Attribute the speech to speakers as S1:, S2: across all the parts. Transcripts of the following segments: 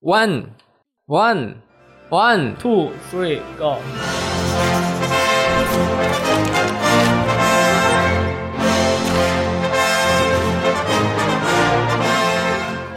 S1: One, one, one。
S2: two three go。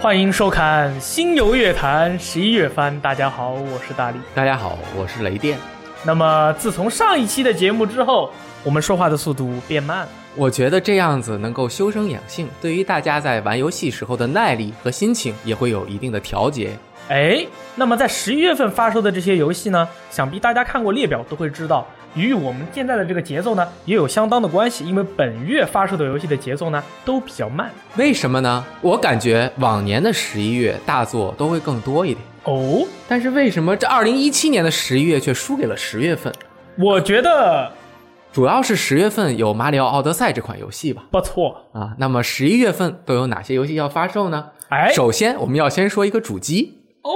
S2: 欢迎收看《星游乐坛》十一月番，大家好，我是大力。
S1: 大家好，我是雷电。
S2: 那么自从上一期的节目之后，我们说话的速度变慢了。
S1: 我觉得这样子能够修身养性，对于大家在玩游戏时候的耐力和心情也会有一定的调节。
S2: 哎，那么在十一月份发售的这些游戏呢，想必大家看过列表都会知道，与我们现在的这个节奏呢也有相当的关系，因为本月发售的游戏的节奏呢都比较慢。
S1: 为什么呢？我感觉往年的十一月大作都会更多一点，
S2: 哦，
S1: 但是为什么这二零一七年的十一月却输给了十月份？
S2: 我觉得
S1: 主要是十月份有《马里奥奥德赛》这款游戏吧。
S2: 不错。
S1: 啊，那么十一月份都有哪些游戏要发售呢？
S2: 哎，
S1: 首先，我们要先说一个主机，
S2: 哦，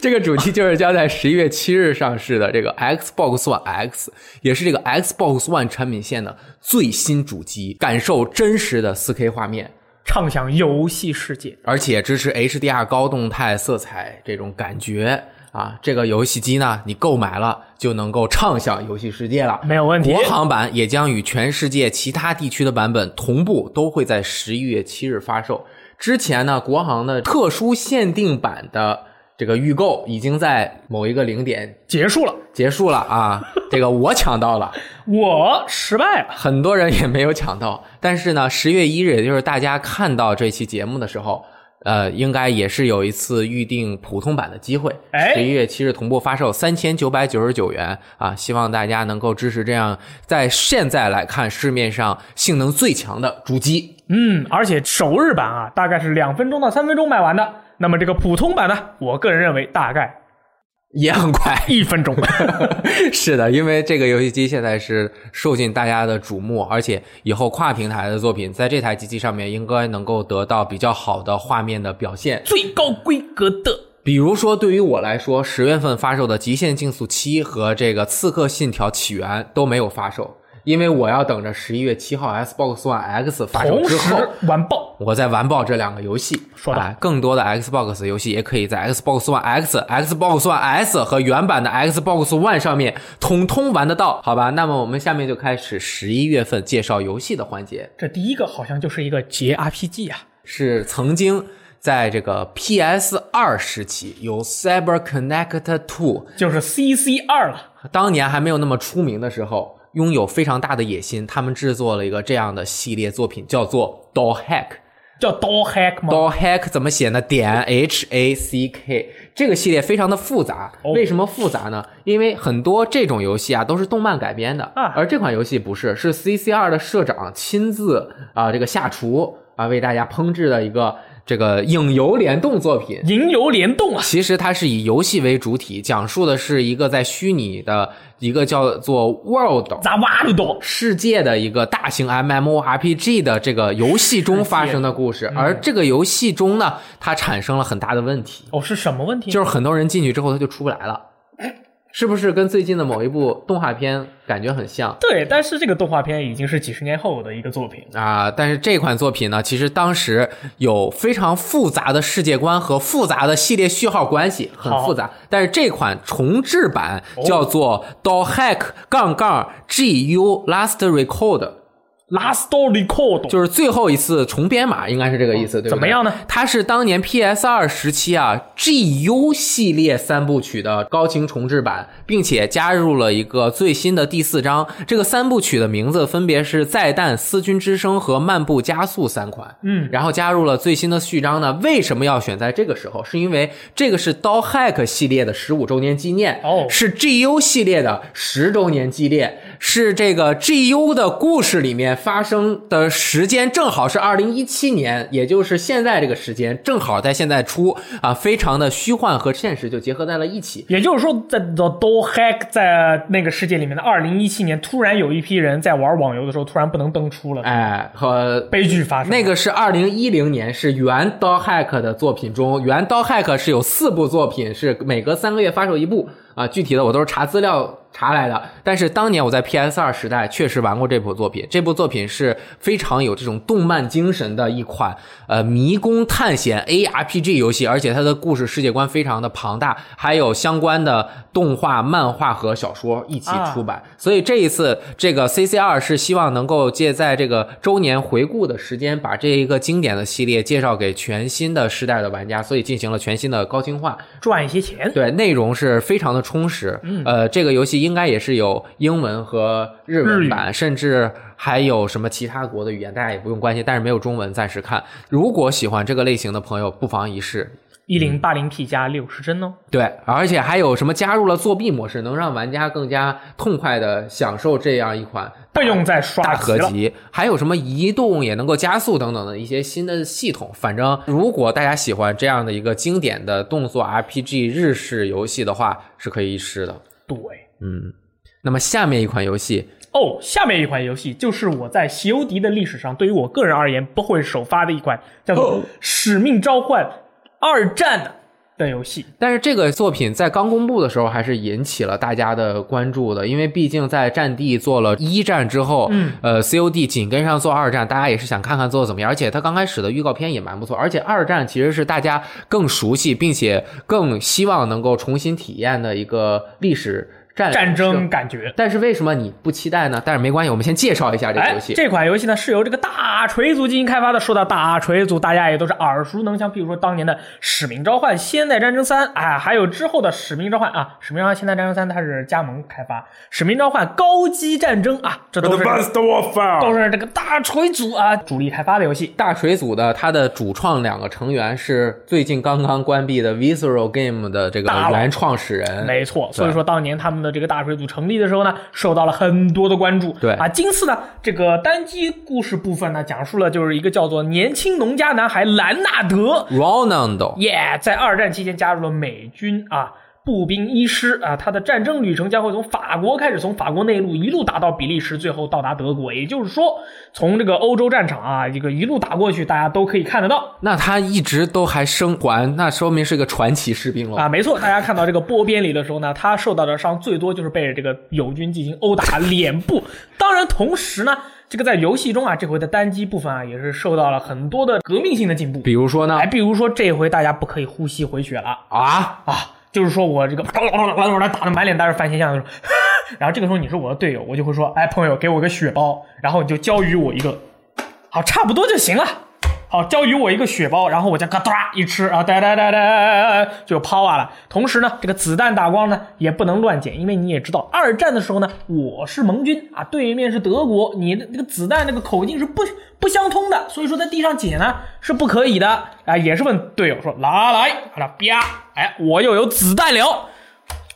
S1: 这个主机就是将在十一月七日上市的这个 Xbox One X，也是这个 Xbox One 产品线的最新主机，感受真实的 4K 画面，
S2: 畅想游戏世界。
S1: 而且支持 HDR 高动态色彩这种感觉啊！这个游戏机呢，你购买了就能够畅想游戏世界了。
S2: 没有问题
S1: 国行版也将与全世界其他地区的版本同步，都会在十一月七日发售。之前呢，国行的特殊限定版的这个预购已经在某一个零点
S2: 结束了，
S1: 结束了啊，这个我抢到了，
S2: 我失败了。
S1: 很多人也没有抢到。但是呢，十月一日，也就是大家看到这期节目的时候，呃，应该也是有一次预定普通版的机会。
S2: 哎
S1: 十一月七日同步发售三千九百九十九元啊，希望大家能够支持这样在现在来看市面上性能最强的主机。
S2: 嗯，而且首日版啊，大概是两分钟到三分钟卖完的。那么这个普通版呢，我个人认为大概
S1: 也很快，
S2: 一 分钟。
S1: 是的，因为这个游戏机现在是受尽大家的瞩目，而且以后跨平台的作品在这台机器上面应该能够得到比较好的画面的表现。
S2: 最高规格的。
S1: 比如说，对于我来说，十月份发售的《极限竞速七》和这个《刺客信条：起源》都没有发售，因为我要等着十一月七号 Xbox One X 发售
S2: 同
S1: 之后
S2: 时，完爆。
S1: 我再完爆这两个游戏。
S2: 说得好
S1: 哎更多的 Xbox 游戏也可以在 Xbox One X、Xbox One S 和原版的 Xbox One 上面通通玩得到，好吧？那么我们下面就开始十一月份介绍游戏的环节，
S2: 这第一个好像就是一个 JRPG 啊，
S1: 是曾经。在这个 PS 二时期，有 Cyber Connect Two
S2: 就是 CC 二了。
S1: 当年还没有那么出名的时候，拥有非常大的野心，他们制作了一个这样的系列作品，叫做《Doll Hack》。
S2: 叫 Door Hack 吗？
S1: Doll Hack 怎么写呢？点 H A C K。这个系列非常的复杂，
S2: 哦
S1: 为什么复杂呢？因为很多这种游戏啊都是动漫改编的，
S2: 啊
S1: 而这款游戏不是，是 C C 二的社长亲自啊、这个下厨啊为大家烹制的一个这个影游联动作品。
S2: 银游联动啊，
S1: 其实它是以游戏为主体，讲述的是一个在虚拟的一个叫做 World
S2: 咋哇的都？
S1: 世界的一个大型 MMORPG 的这个游戏中发生的故事。而这个游戏中呢，它产生了很大的问题，
S2: 哦，是什么问题？
S1: 就是很多人进去之后他就出不来了，是不是跟最近的某一部动画片感觉很像？
S2: 对，但是这个动画片已经是几十年后的一个作品了。
S1: 啊、但是这款作品呢，其实当时有非常复杂的世界观和复杂的系列序号关系，很
S2: 好哦
S1: 复杂。但是这款重制版叫做《d o Hack 杠杠 GU Last Record》。
S2: Last Record
S1: 就是最后一次重编码，应该是这个意思，对不对？
S2: 怎么样呢？
S1: 它是当年 PS 二时期啊 GU 系列三部曲的高清重制版，并且加入了一个最新的第四章。这个三部曲的名字分别是《再诞》《思君之声》和《漫步加速》三款。
S2: 嗯
S1: 然后加入了最新的序章呢。为什么要选在这个时候？是因为这个是 d o Hack 系列的十五周年纪念
S2: 哦
S1: 是 GU 系列的十周年纪念，是这个 GU 的故事里面发生的时间正好是二零一七年，也就是现在这个时间，正好在现在出啊，非常的虚幻和现实就结合在了一起。
S2: 也就是说，在 The Door Hack 在那个世界里面的二零一七年，突然有一批人在玩网游的时候，突然不能登出了，
S1: 哎，和
S2: 悲剧发生。
S1: 那个是二零一零年，是原 d o Hack 的作品中，原 d o Hack 是有四部作品，是每隔三个月发售一部啊。具体的我都是查资料查来的。但是当年我在 PS 二时代确实玩过这部作品，这部作品是非常有这种动漫精神的一款呃迷宫探险 ARPG 游戏，而且它的故事世界观非常的庞大，还有相关的动画、漫画和小说一起出版。所以这一次这个 CCR 是希望能够借在这个周年回顾的时间，把这一个经典的系列介绍给全新的时代的玩家，所以进行了全新的高清化。
S2: 赚一些钱。
S1: 对，内容是非常的充实。呃，这个游戏应该也是有英文和日文版，甚至还有什么其他国的语言，大家也不用关心。但是没有中文，暂时看。如果喜欢这个类型的朋友，不妨一试。
S2: 一零八零 P 加六十帧哦，
S1: 对，而且还有什么加入了作弊模式，能让玩家更加痛快的享受这样一款
S2: 不用再刷
S1: 大
S2: 题
S1: 合
S2: 了。
S1: 集，还有什么移动也能够加速等等的一些新的系统。反正如果大家喜欢这样的一个经典的动作 RPG 日式游戏的话，是可以一试的。
S2: 对，
S1: 嗯，那么下面一款游戏，
S2: 哦，下面一款游戏就是我在席欧迪的历史上，对于我个人而言不会首发的一款叫做
S1: 哦
S2: 《使命召唤：二战》的游戏。
S1: 但是这个作品在刚公布的时候还是引起了大家的关注的，因为毕竟在战地做了一战之后，
S2: 嗯，
S1: 呃，COD 紧跟上做二战，大家也是想看看做的怎么样。而且它刚开始的预告片也蛮不错，而且二战其实是大家更熟悉并且更希望能够重新体验的一个历史战
S2: 战争。感觉。
S1: 哎但是为什么你不期待呢？但是没关系，我们先介绍一下这个
S2: 哎
S1: 游，戏。
S2: 这款游戏呢是由这个大锤族进行开发的。说到大锤族，大家也都是耳熟能详，比如说当年的《使命召唤：现代战争三》啊，还有之后的《使命召唤》啊，《使命召唤：现代战争三》它是加盟开发，《使命召唤：高级战争》啊，这都是
S3: Advanced
S2: 都
S3: Warfare，
S2: 是这个大锤族啊主力开发的游戏。
S1: 大锤组的它的主创两个成员是最近刚刚关闭的 Visceral Game 的这个
S2: 大佬
S1: 原创始人，
S2: 没错，所以说当年他们的这个大锤组成立的时候呢，受到了很多的关注。
S1: 对
S2: 啊，今次呢，这个单机故事部分呢，讲述了就是一个叫做年轻农家男孩兰纳德
S1: Ronaldo。
S2: 耶在二战期间加入了美军啊。步兵医师啊，他的战争旅程将会从法国开始，从法国内陆一路打到比利时，最后到达德国。也就是说，从这个欧洲战场啊，这个一路打过去，大家都可以看得到。
S1: 那他一直都还生还，那说明是个传奇士兵了。
S2: 啊，没错，大家看到这个波边里的时候呢，他受到的伤最多就是被这个友军进行殴打脸部。当然，同时呢，这个在游戏中啊，这回的单机部分啊，也是受到了很多的革命性的进步。
S1: 比如说呢
S2: 哎，，比如说这回大家不可以呼吸回血了
S1: 啊，
S2: 啊，就是说我这个打的满脸都是番茄酱的时候， 然后这个时候你是我的队友，我就会说，哎，朋友，给我个血包，然后你就交予我一个，好，差不多就行了。好，交予我一个血包，然后我就嘎哒一吃啊，哒哒哒哒就抛啊了。同时呢，这个子弹打光呢也不能乱捡，因为你也知道，二战的时候呢，我是盟军啊，对面是德国，你的这个子弹这个口径是不不相通的，所以说在地上捡呢是不可以的啊。也是问队友说拿来，好了，啪，哎，我又有子弹了。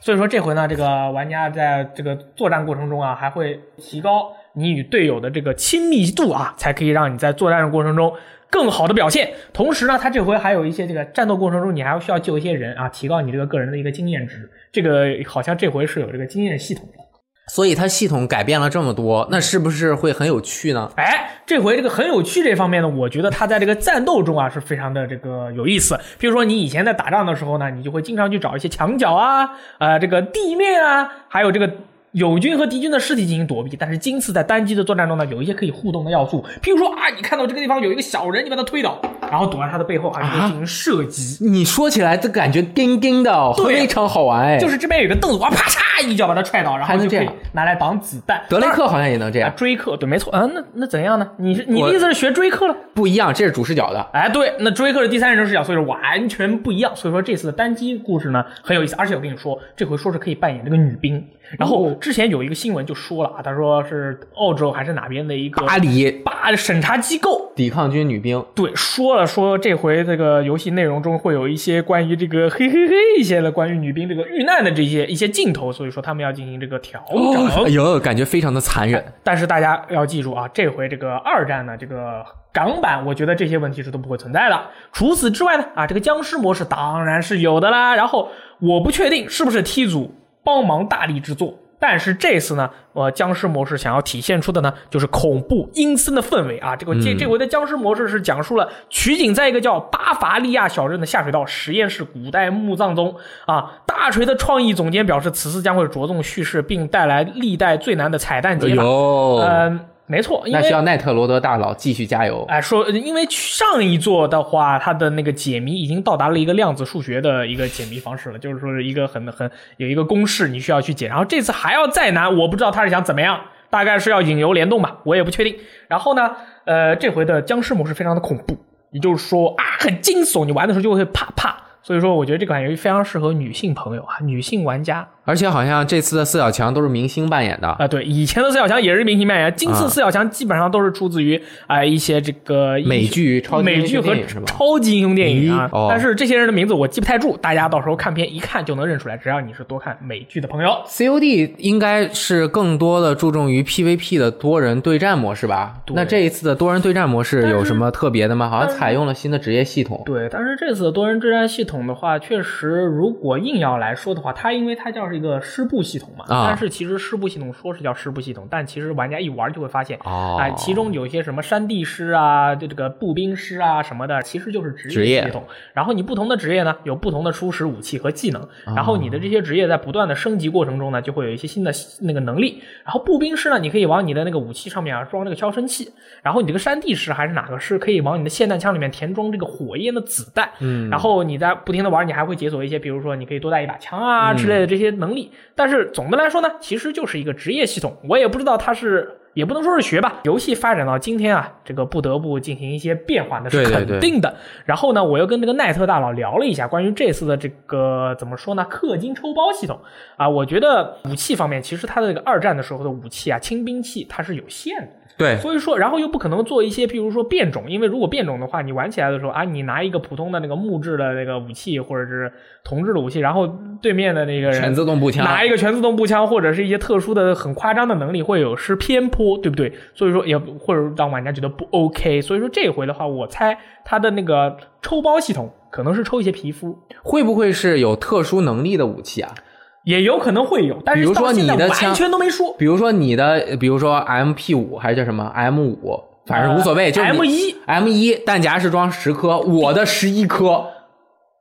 S2: 所以说这回呢，这个玩家在这个作战过程中啊，还会提高你与队友的这个亲密度啊，才可以让你在作战的过程中更好的表现。同时呢，它这回还有一些这个战斗过程中，你还需要救一些人啊，提高你这个个人的一个经验值。这个好像这回是有这个经验系统的。
S1: 所以它系统改变了这么多，那是不是会很有趣呢？
S2: 哎，这回这个很有趣这方面呢，我觉得它在这个战斗中啊是非常的这个有意思。比如说你以前在打仗的时候呢，你就会经常去找一些墙角啊、呃这个地面啊，还有这个。友军和敌军的尸体进行躲避，但是今次在单机的作战中呢，有一些可以互动的要素，譬如说啊，你看到这个地方有一个小人，你把他推倒，然后躲在他的背后，还可
S1: 啊
S2: 以进行射击。
S1: 你说起来这感觉叮叮的哦，
S2: 对啊
S1: 非常好玩哎。
S2: 就是这边有个凳子，哇，啪嚓一脚把他踹倒，然
S1: 还
S2: 后
S1: 能
S2: 就可
S1: 这
S2: 以
S1: 样
S2: 拿来挡子弹。
S1: 德雷克好像也能这
S2: 啊，
S1: 样，
S2: 追客对，没错啊，那那怎样呢？你是你
S1: 我
S2: 的意思是学追客了？
S1: 不一样，这是主视角的。
S2: 哎，对，那追客是第三人称视角，所以说完全不一样。所以说这次的单机故事呢很有意思，而且我跟你说，这回说是可以扮演这个女兵。然后之前有一个新闻就说了啊，他说是澳洲还是哪边的一个
S1: 巴黎
S2: 巴审查机构。
S1: 抵抗军女兵，
S2: 对，说了说这回这个游戏内容中会有一些关于这个嘿嘿嘿一些的关于女兵这个遇难的这些一些镜头，所以说他们要进行这个调整。
S1: 哎呦，感觉非常的残忍。
S2: 但是大家要记住啊，这回这个二战呢，这个港版，我觉得这些问题是都不会存在的。除此之外呢，啊，这个僵尸模式当然是有的啦。然后我不确定是不是 T 组帮忙大力制作。但是这次呢，呃，僵尸模式想要体现出的呢，就是恐怖阴森的氛围啊。这个这这回的僵尸模式是讲述了取景在一个叫巴伐利亚小镇的下水道实验室古代墓葬中啊。大锤的创意总监表示，此次将会着重叙事，并带来历代最难的彩蛋解法。
S1: 有，
S2: 嗯，没错，因
S1: 那
S2: 为
S1: 需要奈特罗德大佬继续加油。
S2: 哎，说，因为上一座的话，它的那个解谜已经到达了一个量子数学的一个解谜方式了，就是说是一个很很有一个公式你需要去解，然后这次还要再难，我不知道他是想怎么样，大概是要引流联动吧，我也不确定。然后呢，呃，这回的僵尸模式非常的恐怖，也就是说啊，很惊悚，你玩的时候就会怕怕。所以说，我觉得这款游戏非常适合女性朋友啊，女性玩家
S1: 而且好像这次的四小强都是明星扮演的，
S2: 啊，对，以前的四小强也是明星扮演，今
S1: 啊
S2: 次四小强基本上都是出自于啊、一些这个英
S1: 美
S2: 雄
S1: 剧、超级
S2: 美
S1: 英
S2: 剧
S1: 雄
S2: 和
S1: 电影是吧？
S2: 超级英雄电影啊
S1: 咦哦，
S2: 但是这些人的名字我记不太住，大家到时候看片一看就能认出来，只要你是多看美剧的朋友。
S1: COD 应该是更多的注重于 PVP 的多人对战模式吧？
S2: 对
S1: 那这一次的多人对战模式有什么特别的吗？好像采用了新的职业系统。
S2: 对，但是这次的多人对战系统的话，确实如果硬要来说的话，它因为它叫是一个师部系统嘛，
S1: 啊
S2: 但是其实师部系统说是叫师部系统，但其实玩家一玩就会发现，
S1: 哦
S2: 哎，其中有一些什么山地师啊，就这个步兵师啊什么的，其实就是职
S1: 职业
S2: 系统。然后你不同的职业呢，有不同的初始武器和技能。
S1: 哦
S2: 然后你的这些职业在不断的升级过程中呢，就会有一些新的那个能力。然后步兵师呢，你可以往你的那个武器上面啊装那个消声器。然后你这个山地师还是哪个师，可以往你的霰弹枪里面填装这个火焰的子弹。
S1: 嗯
S2: 然后你在不停的玩，你还会解锁一些，比如说你可以多带一把枪
S1: 嗯
S2: 啊之类的这些能力。但是总的来说呢，其实就是一个职业系统。我也不知道它是，也不能说是学吧。游戏发展到今天啊，这个不得不进行一些变化，那是
S1: 对对
S2: 肯
S1: 对
S2: 定的。然后呢，我又跟这个奈特大佬聊了一下关于这次的这个怎么说呢，氪金抽包系统啊，我觉得武器方面，其实它的这个二战的时候的武器啊，轻兵器它是有限的。
S1: 对
S2: 所以说，然后又不可能做一些，譬如说变种，因为如果变种的话，你玩起来的时候啊，你拿一个普通的那个木质的那个武器或者是铜制的武器，然后对面的那个人
S1: 全自动步枪，
S2: 拿一个全自动步枪或者是一些特殊的、很夸张的能力，会有失偏颇，对不对？所以说也或者让玩家觉得不 OK。所以说这回的话，我猜它的那个抽包系统可能是抽一些皮肤，
S1: 会不会是有特殊能力的武器啊？
S2: 也有可能会有，但
S1: 比
S2: 是
S1: 如
S2: 到
S1: 说
S2: 现在
S1: 你的枪
S2: 完全都没说。
S1: 比如说你的，比如说 MP 五还是叫什么 M 五，反正无所谓，就是
S2: 呃 M 一
S1: M 一弹夹是装十颗，我的十一颗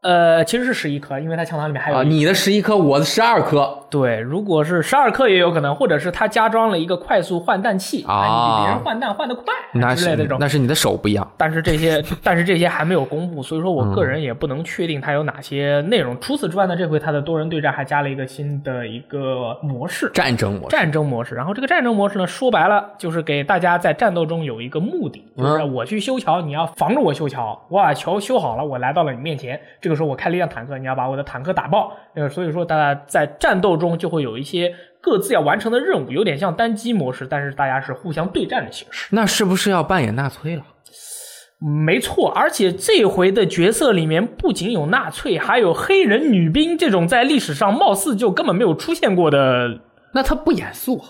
S2: 呃，其实是十一颗，因为它枪膛里面还有
S1: 啊，
S2: 一颗
S1: 你的十一颗，我的十二颗，
S2: 对，如果是十二克也有可能，或者是它加装了一个快速换弹器
S1: 啊
S2: 哎你比别人换弹换得快
S1: 那
S2: 之类
S1: 是
S2: 的这种。
S1: 那是你的手不一样。
S2: 但是这些，但是这些还没有公布，所以说我
S1: 嗯
S2: 个人也不能确定它有哪些内容。除此之外呢，这回它的多人对战还加了一个新的一个模式，
S1: 战争模式，
S2: 战争模式。然后这个战争模式呢，说白了就是给大家在战斗中有一个目的，
S1: 嗯
S2: 就是我去修桥，你要防着我修桥。我把桥修好了，我来到了你面前，这个时候我开了一辆坦克，你要把我的坦克打爆。呃，所以说大家在战斗中就会有一些各自要完成的任务，有点像单机模式，但是大家是互相对战的形式。
S1: 那是不是要扮演纳粹了？
S2: 没错，而且这回的角色里面不仅有纳粹，还有黑人女兵这种在历史上貌似就根本没有出现过的
S1: 那他不严肃啊。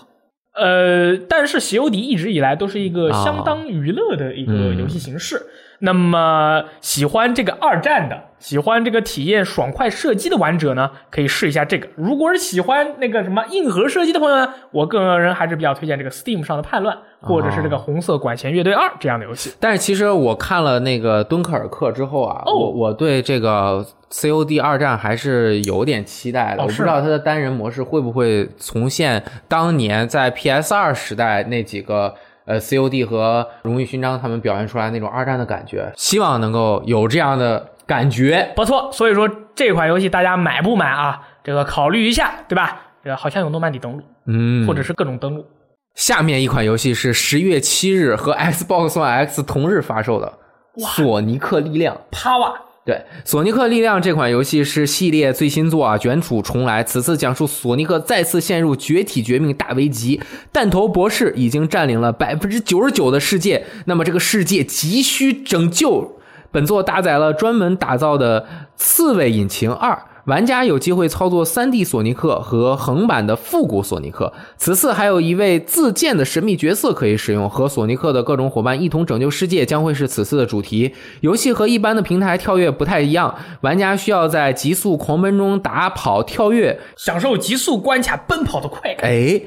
S2: 呃，但是《席游迪》一直以来都是一个
S1: 啊
S2: 相当娱乐的一个
S1: 嗯
S2: 游戏形式。那么，喜欢这个二战的，喜欢这个体验爽快射击的玩者呢，可以试一下这个。如果是喜欢那个什么硬核射击的朋友呢，我个人还是比较推荐这个 Steam 上的《叛乱》，或者是
S1: 啊
S2: 这个《红色管弦乐队二》这样的游戏。
S1: 但是其实我看了那个敦刻尔克之后啊，
S2: 哦
S1: 我我对这个 COD 二战还是有点期待的。
S2: 哦
S1: 我不
S2: 是
S1: 知道它的单人模式会不会重现当年在 PS 二时代那几个呃 COD 和荣誉勋章他们表现出来那种二战的感觉。希望能够有这样的感觉。
S2: 不错，所以说这款游戏大家买不买啊？这个考虑一下，对吧？这个好像有诺曼底登陆，
S1: 嗯，
S2: 或者是各种登陆。
S1: 下面一款游戏是十月七日和 Xbox One X 同日发售的《索尼克力量》。
S2: 帕瓦
S1: 对，《索尼克力量》这款游戏是系列最新作啊，卷土重来。此次讲述索尼克再次陷入绝体绝命大危机，弹头博士已经占领了百分之九十九的世界，那么这个世界急需拯救。本作搭载了专门打造的刺猬引擎二。玩家有机会操作 3D 索尼克和横版的复古索尼克。此次还有一位自建的神秘角色可以使用，和索尼克的各种伙伴一同拯救世界，将会是此次的主题。游戏和一般的平台跳跃不太一样，玩家需要在极速狂奔中打跑、跳跃。
S2: 享受极速关卡奔跑的快感。
S1: 哎，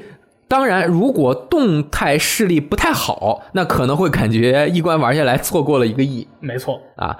S1: 当然，如果动态视力不太好，那可能会感觉一关玩下来错过了一个亿。
S2: 没错，
S1: 啊，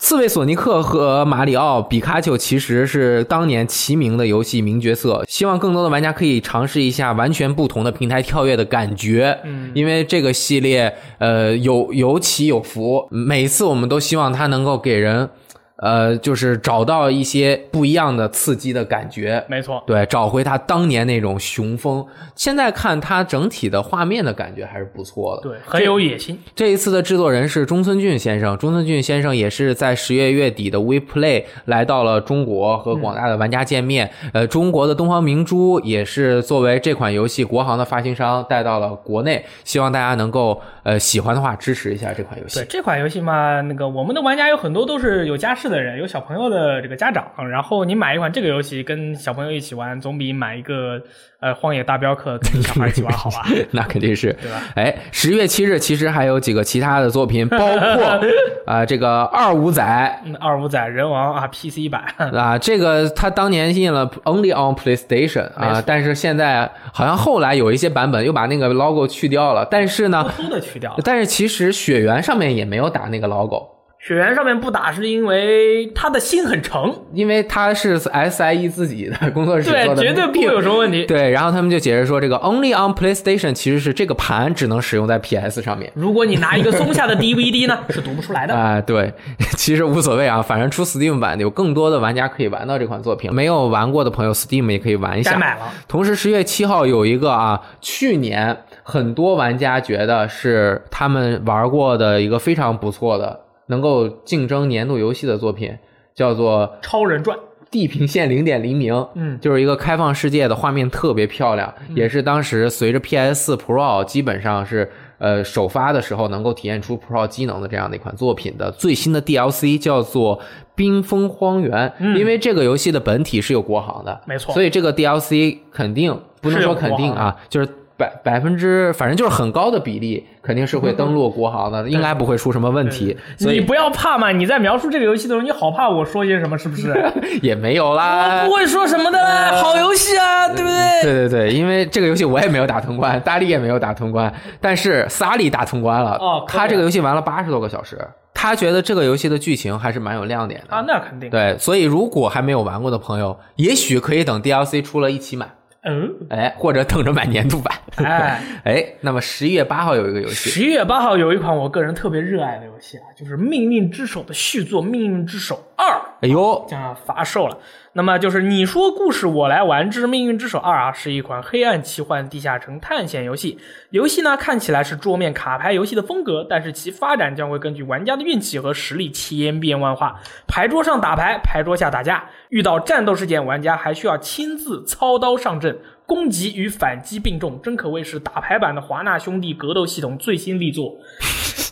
S1: 刺猬索尼克和马里奥、比卡丘其实是当年齐名的游戏名角色，希望更多的玩家可以尝试一下完全不同的平台跳跃的感觉。嗯，因为这个系列呃有有起有伏，每次我们都希望它能够给人呃就是找到一些不一样的刺激的感觉。
S2: 没错，
S1: 对，找回它当年那种雄风。现在看它整体的画面的感觉还是不错的。
S2: 对，很有野心。
S1: 这一次的制作人是中村俊先生，中村俊先生也是在十月月底的 WePlay 来到了中国和广大的玩家见面。呃，中国的东方明珠也是作为这款游戏国行的发行商带到了国内，希望大家能够呃喜欢的话支持一下这款游
S2: 对
S1: 戏。
S2: 这款游戏嘛，那个我们的玩家有很多都是有家室的人，有小朋友的这个家长，然后你买一款这个游戏跟小朋友一起玩，总比买一个呃《荒野大镖客》跟小孩一起玩好 吧？
S1: 那肯定是
S2: 对吧，
S1: 哎，十月七日其实还有几个其他的作品，包括 啊、这个二五仔，
S2: 嗯，二五仔人王啊，PC 版，
S1: 啊，这个它当年印了 Only on PlayStation
S2: 没错
S1: 啊，但是现在好像后来有一些版本又把那个 logo 去掉了，但是
S2: 偷
S1: 呢，
S2: 偷的去 掉。
S1: 但是其实雪原上面也没有打那个 logo，
S2: 雪原上面不打是因为他的心很诚，
S1: 因为它是 SIE 自己的工作室做
S2: 对，
S1: 的，
S2: 绝对不会有什么问题。
S1: 对，然后他们就解释说，这个 Only on PlayStation 其实是这个盘只能使用在 PS 上面。
S2: 如果你拿一个松下的 DVD 呢，是读不出来的。
S1: 啊、对， 其实无所谓啊，反正出 Steam 版的有更多的玩家可以玩到这款作品，没有玩过的朋友 Steam 也可以玩一
S2: 该
S1: 下。
S2: 买了，
S1: 同时，十月七号有一个啊，去年很多玩家觉得是他们玩过的一个非常不错的，能够竞争年度游戏的作品，叫做
S2: 《超人传》
S1: 《地平线：零点黎明》。
S2: 嗯
S1: 就是一个开放世界的画面特别漂亮，也是当时随着 PS 4 Pro 基本上是呃首发的时候能够体验出 Pro 机能的这样的一款作品的最新的 DLC 叫做《冰封荒原》，因为这个游戏的本体是有国行的，
S2: 嗯没错
S1: 所以这个 DLC 肯定不能说肯定啊，就是。百百分之，反正就是很高的比例，肯定是
S2: 嗯
S1: 会登录国行的，应该不会出什么问题，所
S2: 你
S1: 以
S2: 不要怕嘛！你在描述这个游戏的时候，你好怕我说些什么，是不是？
S1: 也没有啦。
S2: 不会说什么的啦，好游戏啊，呃对不对？
S1: 对对对，因为这个游戏我也没有打通关，大力也没有打通关，但是萨利打通关了。
S2: 哦可以啊
S1: 他这个游戏玩了八十多个小时，他觉得这个游戏的剧情还是蛮有亮点的。
S2: 啊，那肯定。
S1: 对，所以如果还没有玩过的朋友，也许可以等 DLC 出了一起买，
S2: 嗯，
S1: 哎，或者等着买年度版。
S2: 哎，
S1: 哎，那么十一月八号有一个游戏，
S2: 十一月八号有一款我个人特别热爱的游戏啊，就是《命运之手》的续作《命运之手二》
S1: 哎呦，
S2: 将要发售了。那么就是你说故事我来玩之《命运之手二》啊，是一款黑暗奇幻地下城探险游戏。游戏呢看起来是桌面卡牌游戏的风格，但是其发展将会根据玩家的运气和实力千变万化。牌桌上打牌，牌桌下打架，遇到战斗事件，玩家还需要亲自操刀上阵。攻击与反击并重，真可谓是打牌版的华纳兄弟格斗系统最新力作。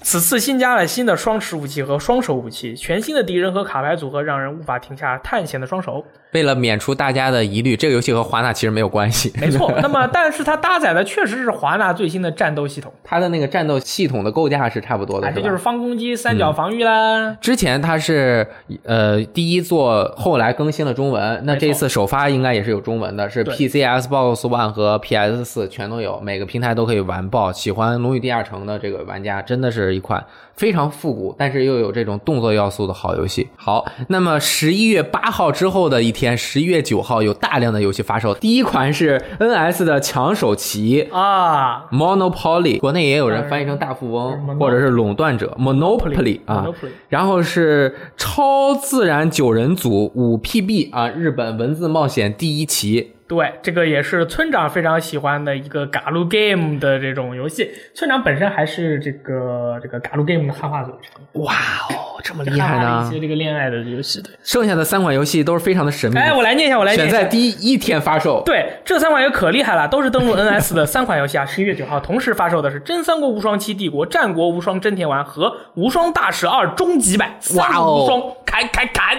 S2: 此次新加了新的双持武器和双手武器，全新的敌人和卡牌组合让人无法停下探险的 双手。
S1: 为了免除大家的疑虑，这个游戏和华纳其实没有关系。
S2: 没错，那么但是它搭载的确实是华纳最新的战斗系统，
S1: 它的那个战斗系统的构架是差不多的，
S2: 啊，
S1: 是
S2: 这
S1: 吧？
S2: 就是方攻击、三角防御啦。
S1: 之前它是呃第一座，后来更新了中文。那
S2: 没错
S1: 这次首发应该也是有中文的，是
S2: 对
S1: PC、Xbox One 和 PS 四全都有，每个平台都可以玩爆。喜欢《龙与地下城》的这个玩家，真的是一款非常复古，但是又有这种动作要素的好游戏。好，那么十一月八号之后的一天，十一月九号有大量的游戏发售。第一款是 NS 的抢手棋。
S2: 啊
S1: Monopoly，国内也有人翻译成大富
S2: 呃
S1: 翁或者是垄断者 Monopoly 啊
S2: Monopoly
S1: 然后是超自然九人组五 PB 啊，日本文字冒险第一期。
S2: 对，这个也是村长非常喜欢的一个嘎鲁 game 的这种游戏。村长本身还是这个这个嘎鲁 game 的汉化组成，
S1: 哇哦，这么厉
S2: 汉
S1: 害
S2: 化了一
S1: 呢
S2: 些！这个恋爱的游戏。对，
S1: 剩下的三款游戏都是非常的神秘，
S2: 哎，我来念一下，我来
S1: 选
S2: 念一下
S1: 在。第一天发售。
S2: 对，这三款也可厉害了，都是登陆 NS 的三款游戏啊。十一月九号同时发售的是《真三国无双七帝国》《战国无双真田丸》和《无双大蛇二终极版》。
S1: 哇哦
S2: 三无双砍砍砍！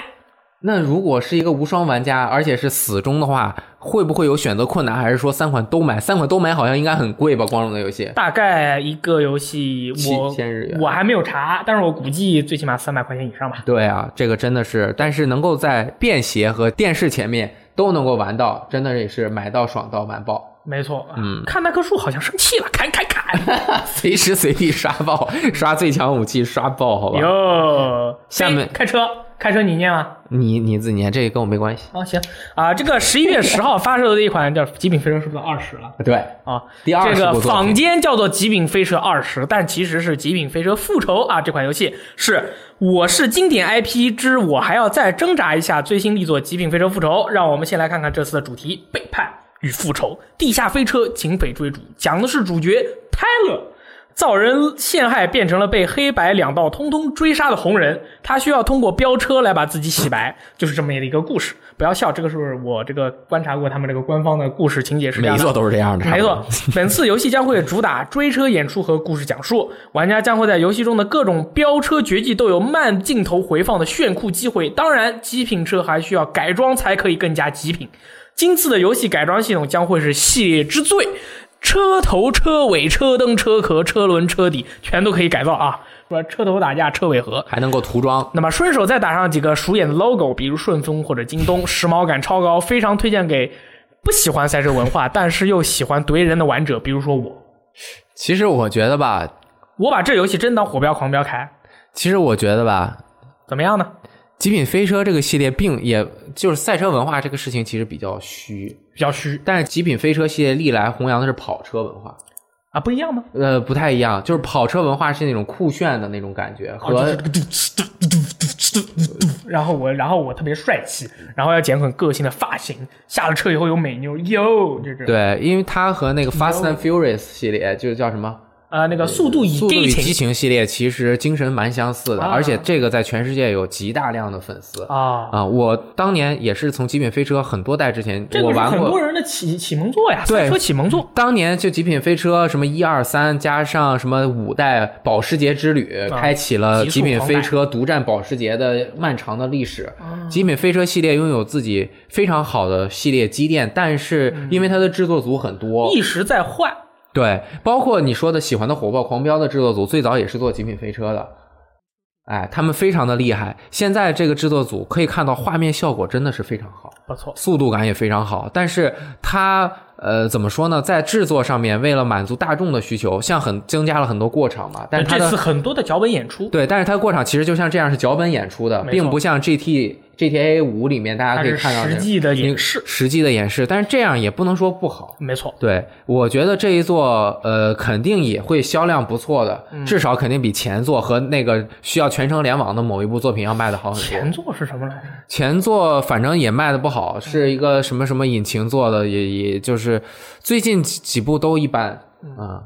S1: 那如果是一个无双玩家，而且是死忠的话，会不会有选择困难？还是说三款都买？三款都买好像应该很贵吧？光荣的游戏
S2: 大概一个游戏我
S1: 7000日元
S2: 我还没有查，但是我估计最起码三百块钱以上吧。
S1: 对啊，这个真的是，但是能够在便携和电视前面都能够玩到，真的也是买到爽到完爆，
S2: 没错，啊
S1: 嗯
S2: 看那棵树好像生气了，砍砍砍！
S1: 随时随地刷爆，刷最强武器刷爆，好吧？
S2: 哟，
S1: 下面
S2: 哎开车，开车你念吗？
S1: 你你自己念，这个跟我没关系。
S2: 哦，行啊、这个十一月十号发售的一款叫《极品飞车》，是不是二十了？
S1: 对，
S2: 啊，
S1: 第二
S2: 这
S1: 十
S2: 个
S1: 部作
S2: 坊
S1: 品，
S2: 间叫做《极品飞车二十》，但其实是《极品飞车复仇》啊。这款游戏是我是经典 IP 之我还要再挣扎一下最新力作《极品飞车复仇》。让我们先来看看这次的主题：背叛与复仇。地下飞车警匪追逐，讲的是主角 Tyler。遭人陷害，变成了被黑白两道通通追杀的红人。他需要通过飙车来把自己洗白，就是这么一个故事。不要笑，这个是我这个观察过他们这个官方的故事情节是这
S1: 每
S2: 样
S1: 一
S2: 的。
S1: 座都是这样的，
S2: 啊没错，本次游戏将会主打追车演出和故事讲述，玩家将会在游戏中的各种飙车绝技都有慢镜头回放的炫酷机会。当然，极品车还需要改装才可以更加极品。今次的游戏改装系统将会是系列之最，车头、车尾、车灯、车壳、车轮、车底全都可以改造啊！说车头打架，车尾和。
S1: 还能够涂装，
S2: 那么顺手再打上几个熟眼的 logo，比如顺丰或者京东，时髦感超高，非常推荐给不喜欢赛车文 化，但是又喜欢怼人的玩者，比如说我。
S1: 其实我觉得吧，
S2: 我把这游戏真当火标狂标开，
S1: 其实我觉得吧，
S2: 怎么样呢？
S1: 极品飞车这个系列并也就是赛车文化这个事情其实比较虚，
S2: 比较虚
S1: 但是极品飞车系列历来弘扬的是跑车文化，
S2: 啊，不一样吗？
S1: 呃，不太一样，就是跑车文化是那种酷炫的那种感觉，
S2: 啊就是
S1: 和
S2: 这个嘟呲嘟嘟嘟嘟嘟嘟嘟，然后我，然后我特别帅气，然后要剪很个性的发型，下了车以后有美妞，哟，这这
S1: 对，因为它和那个 Fast and Furious 系列就是叫什么
S2: 啊，那个速度
S1: 《
S2: 与
S1: 速度
S2: 激
S1: 与激
S2: 情
S1: 情》系列，其实精神蛮相似的，
S2: 啊
S1: 而且这个在全世界有极大量的粉丝。
S2: 啊，
S1: 啊，我当年也是从极品飞车很多代之前，
S2: 这
S1: 我
S2: 个是
S1: 玩
S2: 很
S1: 过
S2: 多人的启启蒙作呀，
S1: 对
S2: 赛车启蒙作，
S1: 当年就《极品飞车》什么一二三，加上什么五代保时捷之旅，
S2: 啊
S1: 开启了《
S2: 极
S1: 极
S2: 速
S1: 品
S2: 狂
S1: 飞
S2: 澜
S1: 车》独占保时捷的漫长的历史。
S2: 啊
S1: 极品飞车系列拥有自己非常好的系列积淀，但是
S2: 嗯
S1: 因为它的制作组很多，
S2: 一时在换。
S1: 对，包括你说的喜欢的火爆狂飙的制作组，最早也是做《极品飞车》的。哎，他们非常的厉害。现在这个制作组可以看到画面效果真的是非常好。
S2: 不错，
S1: 速度感也非常好，但是它呃怎么说呢，在制作上面为了满足大众的需求，像很增加了很多过场嘛，但是它
S2: 这次
S1: 的
S2: 很多的脚本演出，
S1: 对，但是它的过场其实就像这样是脚本演出的，
S2: 没错
S1: 并不像 GT GTA 五里面大家
S2: 它
S1: 可以
S2: 是
S1: 看到那
S2: 实
S1: 种
S2: 际的演
S1: 那
S2: 示
S1: 个，实际的演示，但是这样也不能说不好。
S2: 没错，
S1: 对，我觉得这一座呃肯定也会销量不错的，
S2: 嗯
S1: 至少肯定比前作和那个需要全程联网的某一部作品要卖的好很多。
S2: 前作是什么来着？
S1: 前作反正也卖的不好，是一个什么什么引擎做的，也也就是最近几几部都一般啊。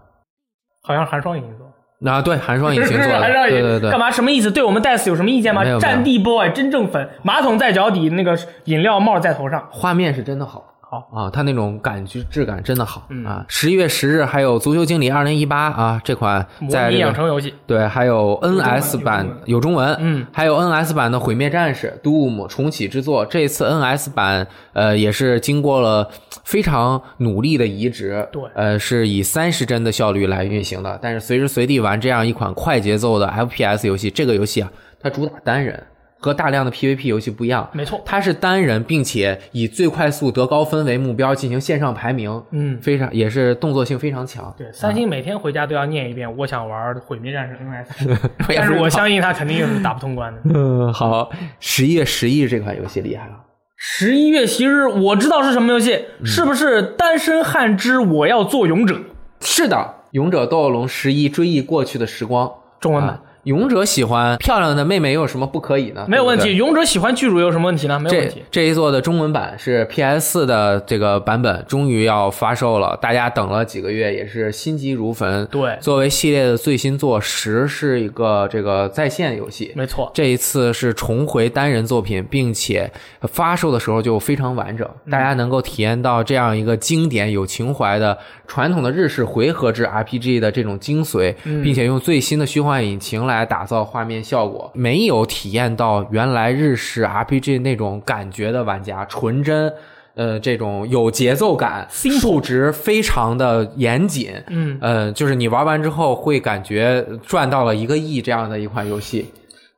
S2: 好像是寒霜影做，
S1: 啊，对，寒霜引擎做的，
S2: 寒霜
S1: 对
S2: 影
S1: 对对
S2: 干，嘛？什么意思？对我们戴斯有什么意见吗
S1: 没有没？有
S2: 战地 boy 真正粉，马桶在脚底，那个饮料帽在头上，
S1: 画面是真的好。
S2: 好嗯
S1: 啊，它那种感觉质感真的好、啊！十一月十日还有《足球经理二零一八》啊，这款
S2: 模
S1: 在
S2: 拟
S1: 这
S2: 养
S1: 个
S2: 成游戏，
S1: 对，还有 NS
S2: 有中文
S1: 版有中文，
S2: 嗯，
S1: 还有 NS 版的《毁灭战士》Doom 重启之作。这次 NS 版呃也是经过了非常努力的移植，
S2: 对
S1: 呃是以三十帧的效率来运行的。但是随时随地玩这样一款快节奏的 FPS 游戏，这个游戏啊，它主打单人，和大量的 PVP 游戏不一样，
S2: 没错，
S1: 它是单人，并且以最快速得高分为目标进行线上排名，
S2: 嗯。
S1: 非常也是动作性非常强。
S2: 对，三星每天回家都要念一遍，我想玩《毁灭战士 NS》，
S1: 也不
S2: 但是
S1: 知道
S2: 我相信他肯定是打不通 关的。
S1: 嗯，好，十一月十一日这款游戏厉害了，
S2: 十一月七日，我知道是什么游戏，是不是《单身汉之我要做勇者》
S1: 是的，《勇者斗恶龙十一：追忆过去的时光》
S2: 中文版？
S1: 啊，勇者喜欢漂亮的妹妹又有什么不可以呢？
S2: 没有问
S1: 对
S2: 题。勇者喜欢剧乳有什么问题呢？没
S1: 不
S2: 有
S1: 对。
S2: 问
S1: 这
S2: 题。
S1: 这一座的中文版是 PS 4的这个版本，终于要发售了，大家等了几个月，也是心急如焚。
S2: 对
S1: 作为系列的最新作，十是一个这个在线游戏，
S2: 没错，
S1: 这一次是重回单人作品，并且发售的时候就非常完整，大家能够体验到这样一个经典、有情怀的传统的日式回合制 RPG 的这种精髓，并且用最新的虚幻引擎来来打造画面效果，没有体验到原来日式 RPG 那种感觉的玩家纯真。呃，这种有节奏感，
S2: Simple
S1: 数值非常的严谨，
S2: 嗯，
S1: 呃，就是你玩完之后会感觉赚到了一个亿这样的一款游戏，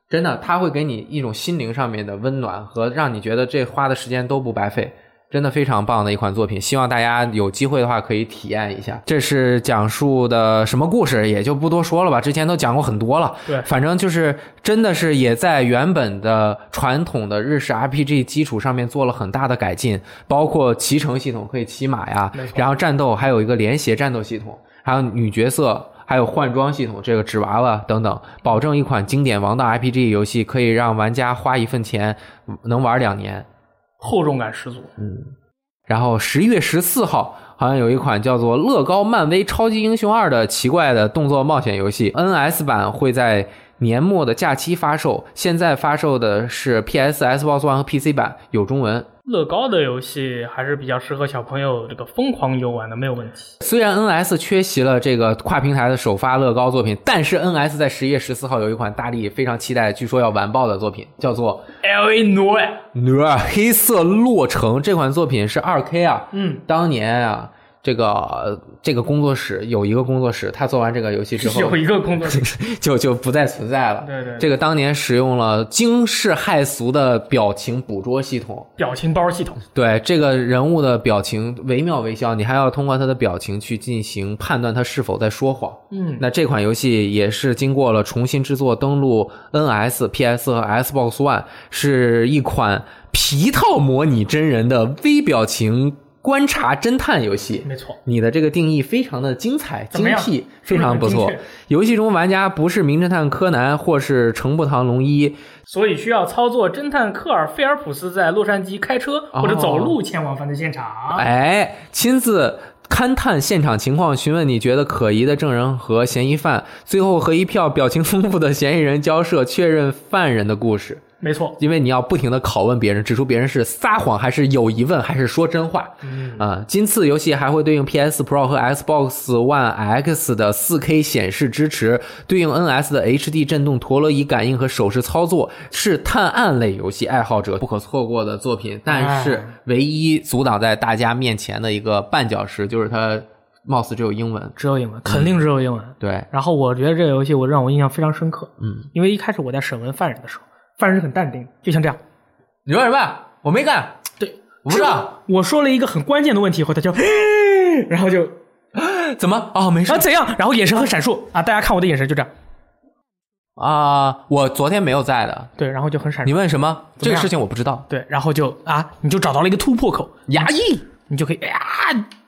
S1: 真的，它会给你一种心灵上面的温暖和让你觉得这花的时间都不白费。真的非常棒的一款作品，希望大家有机会的话可以体验一下。这是讲述的什么故事，也就不多说了吧，之前都讲过很多了。
S2: 对
S1: 反正就是真的是也在原本的传统的日式 RPG 基础上面做了很大的改进，包括骑乘系统可以骑马呀
S2: 没错，
S1: 然后战斗还有一个联携战斗系统，还有女角色。还有换装系统，这个纸娃娃等等，保证一款经典王道 RPG 游戏可以让玩家花一份钱能玩两年，
S2: 厚重感十足。
S1: 然后十一月十四号，好像有一款叫做《乐高漫威超级英雄二》的奇怪的动作冒险游戏，NS 版会在年末的假期发售。现在发售的是 PS、Xbox One 和 PC 版，有中文。
S2: 乐高的游戏还是比较适合小朋友这个疯狂游玩的，没有问题。
S1: 虽然 NS 缺席了这个跨平台的首发乐高作品，但是 NS 在十一月十四号有一款大力非常期待，据说要完爆的作品，叫做
S2: L A 挪威，
S1: 《哪黑色洛城》。这款作品是二 K 啊，
S2: 嗯，
S1: 当年啊，这个呃这个工作室有一个工作室，他做完这个游戏之后
S2: 有，一个工作 室，
S1: 就就不再存在了。
S2: 对对对
S1: 这个当年使用了惊世骇俗的表情捕捉系统，
S2: 表情包系统，
S1: 对这个人物的表情惟妙惟肖，你还要通过他的表情去进行判断他是否在说谎。
S2: 嗯，
S1: 那这款游戏也是经过了重新制作，登陆 NS、PS 和 Xbox One，是一款皮套模拟真人的微表情观察侦探游戏。
S2: 没错，
S1: 你的这个定义非常的精彩、
S2: 怎
S1: 精
S2: 么样
S1: 辟，非常不
S2: 是不
S1: 错
S2: 是很精。
S1: 游戏中玩家不是名侦探柯南或是程步堂龙一，
S2: 所以需要操作侦探科尔菲尔普斯在洛杉矶开车或者走路前往犯罪现场。
S1: 哎，亲自勘探现场情况，询问你觉得可疑的证人和嫌疑犯，最后和一票表情丰富的嫌疑人交涉，确认犯人的故事。
S2: 没错，
S1: 因为你要不停的拷问别人，指出别人是撒谎还是有疑问还是说真话。
S2: 嗯
S1: 啊、今次游戏还会对应 PS Pro 和 Xbox One X 的 4K 显示支持，对应 NS 的 HD 震动、陀螺仪感应和手势操作，是探案类游戏爱好者不可错过的作品。但是
S2: 哎
S1: 唯一阻挡在大家面前的一个绊脚石，就是它貌似只有英文。
S2: 只有英文，肯定只有英文。
S1: 对，
S2: 然后我觉得这个游戏我让我印象非常深刻，
S1: 嗯，
S2: 因为一开始我在审问犯人的时候，犯人是很淡定，就像这样，
S1: 你说什么？我没干，
S2: 对，
S1: 我不知道，
S2: 我说了一个很关键的问题以后，他就， 然后就
S1: 怎么？哦，没事
S2: 啊怎样，然后眼神很闪烁啊，大家看我的眼神就这样，
S1: 啊、我昨天没有在的。
S2: 对，然后就很闪
S1: 你
S2: 烁，
S1: 问什嗯么？
S2: 怎么
S1: 这
S2: 样
S1: 个事情我不知道。
S2: 对，然后就啊，你就找到了一个突破口，
S1: 牙医。
S2: 你就可以啊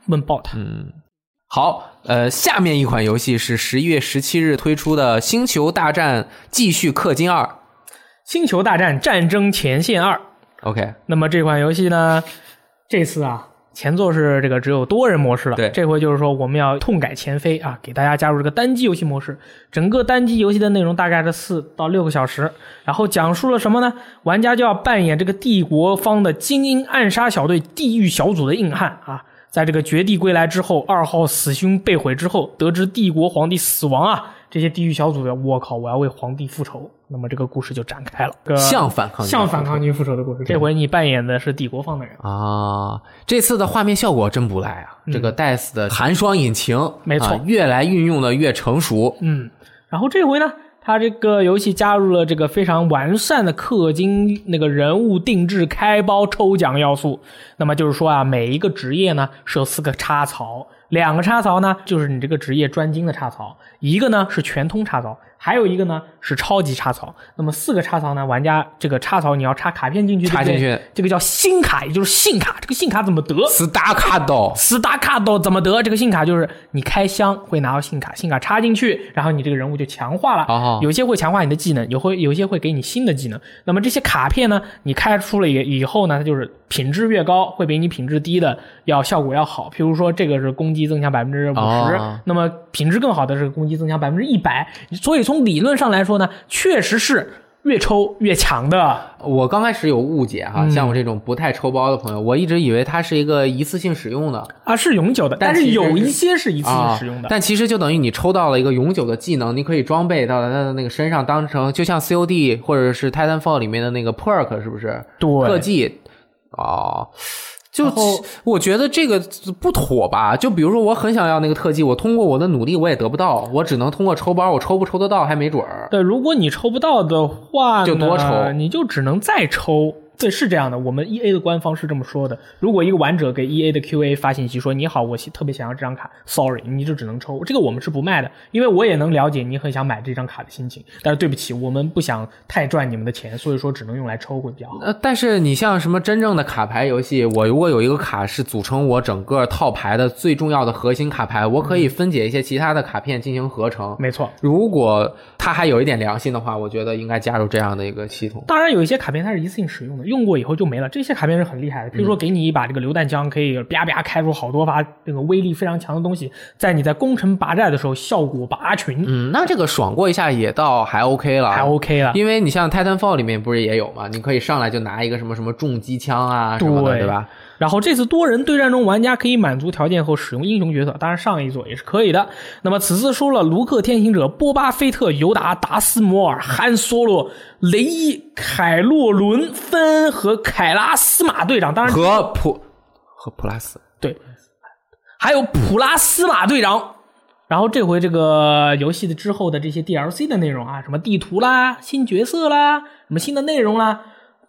S2: 问爆他，
S1: 嗯好，呃，下面一款游戏是十一月十七日推出的《星球大战：继续氪金二》。
S2: 星球大战：战争前线二》。
S1: OK，
S2: 那么这款游戏呢，这次啊，前作是这个只有多人模式了，
S1: 对
S2: 这回就是说我们要痛改前非啊，给大家加入这个单机游戏模式。整个单机游戏的内容大概是四到六个小时，然后讲述了什么呢？玩家就要扮演这个帝国方的精英暗杀小队地狱小组的硬汉啊。在这个绝地归来之后，二号死凶被毁之后，得知帝国皇帝死亡啊，这些地狱小组的，我靠，我要为皇帝复仇。那么这个故事就展开了，这个
S1: 向反抗军
S2: 向反抗军复仇的故事。这回你扮演的是帝国方的人，
S1: 啊，这次的画面效果真不赖啊！这个 DICE 的寒霜引擎，
S2: 嗯没错
S1: 啊越来运用的越成熟。
S2: 嗯，然后这回呢，它这个游戏加入了这个非常完善的氪金那个人物定制开包抽奖要素。那么就是说啊，每一个职业呢是有四个插槽，两个插槽呢就是你这个职业专精的插槽，一个呢是全通插槽，还有一个呢是超级插槽。那么四个插槽呢，玩家这个插槽你要插卡片进去，
S1: 插
S2: 对不对
S1: 进去，
S2: 这个叫新卡，也就是信卡。这个信卡怎么得？
S1: 斯达卡岛，
S2: 斯达卡都怎么得？这个信卡就是你开箱会拿到信卡，信卡插进去，然后你这个人物就强化了。
S1: 哦
S2: 有些会强化你的技能，有会有些会给你新的技能。那么这些卡片呢，你开出了以以后呢，它就是品质越高，会比你品质低的要效果要好。譬如说这个是攻击增强百分之五十
S1: 哦，
S2: 那么品质更好的是攻击增强百分之一百。所以从理论上来说呢，确实是越抽越强的。
S1: 我刚开始有误解哈，
S2: 嗯
S1: 像我这种不太抽包的朋友，我一直以为它是一个一次性使用的
S2: 啊，是永久的，
S1: 但
S2: 但是
S1: 其实
S2: 有
S1: 是
S2: 一些是一次性
S1: 啊
S2: 使用的。
S1: 但其实就等于你抽到了一个永久的技能，你可以装备到他的那个身上，当成就像 COD 或者是 Titanfall 里面的那个 perk 是不是？特
S2: 对，
S1: 技哦。就
S2: 然后
S1: 我觉得这个不妥吧？就比如说，我很想要那个特技，我通过我的努力我也得不到，我只能通过抽包，我抽不抽得到还没准儿。
S2: 对，如果你抽不到的话呢，
S1: 就多抽
S2: 你就只能再抽。对，是这样的，我们 E A 的官方是这么说的：如果一个玩者给 E A 的 Q A 发信息说“你好，我特别想要这张卡，sorry”，你就只能抽。这个我们是不卖的，因为我也能了解你很想买这张卡的心情，但是对不起，我们不想太赚你们的钱，所以说只能用来抽会比较好。
S1: 呃，但是你像什么真正的卡牌游戏，我如果有一个卡是组成我整个套牌的最重要的核心卡牌，我可以分解一些其他的卡片进行合成。
S2: 没错，
S1: 如果它还有一点良心的话，我觉得应该加入这样的一个系统。
S2: 当然有一些卡片它是一次性使用的，用过以后就没了。这些卡片是很厉害的，比如说给你一把这个榴弹枪，可以啪啪开出好多发这个威力非常强的东西，在你在攻城拔寨的时候效果拔群，
S1: 嗯，那这个爽过一下也倒还 OK 啊了，
S2: 还 OK 了。
S1: 因为你像 Titanfall 里面不是也有嘛，你可以上来就拿一个什么什么重机枪啊什么的，
S2: 对
S1: 对吧？
S2: 然后这次多人对战中，玩家可以满足条件后使用英雄角色，当然上一座也是可以的。那么此次收了卢克天行者、波巴、菲特、尤达、达斯摩尔、汉索洛、雷伊、凯洛伦、芬恩和凯拉斯马队长，当然
S1: 和普和普拉斯，
S2: 对，还有普拉斯马队长。然后这回这个游戏的之后的这些 DLC 的内容啊，什么地图啦、新角色啦、什么新的内容啦，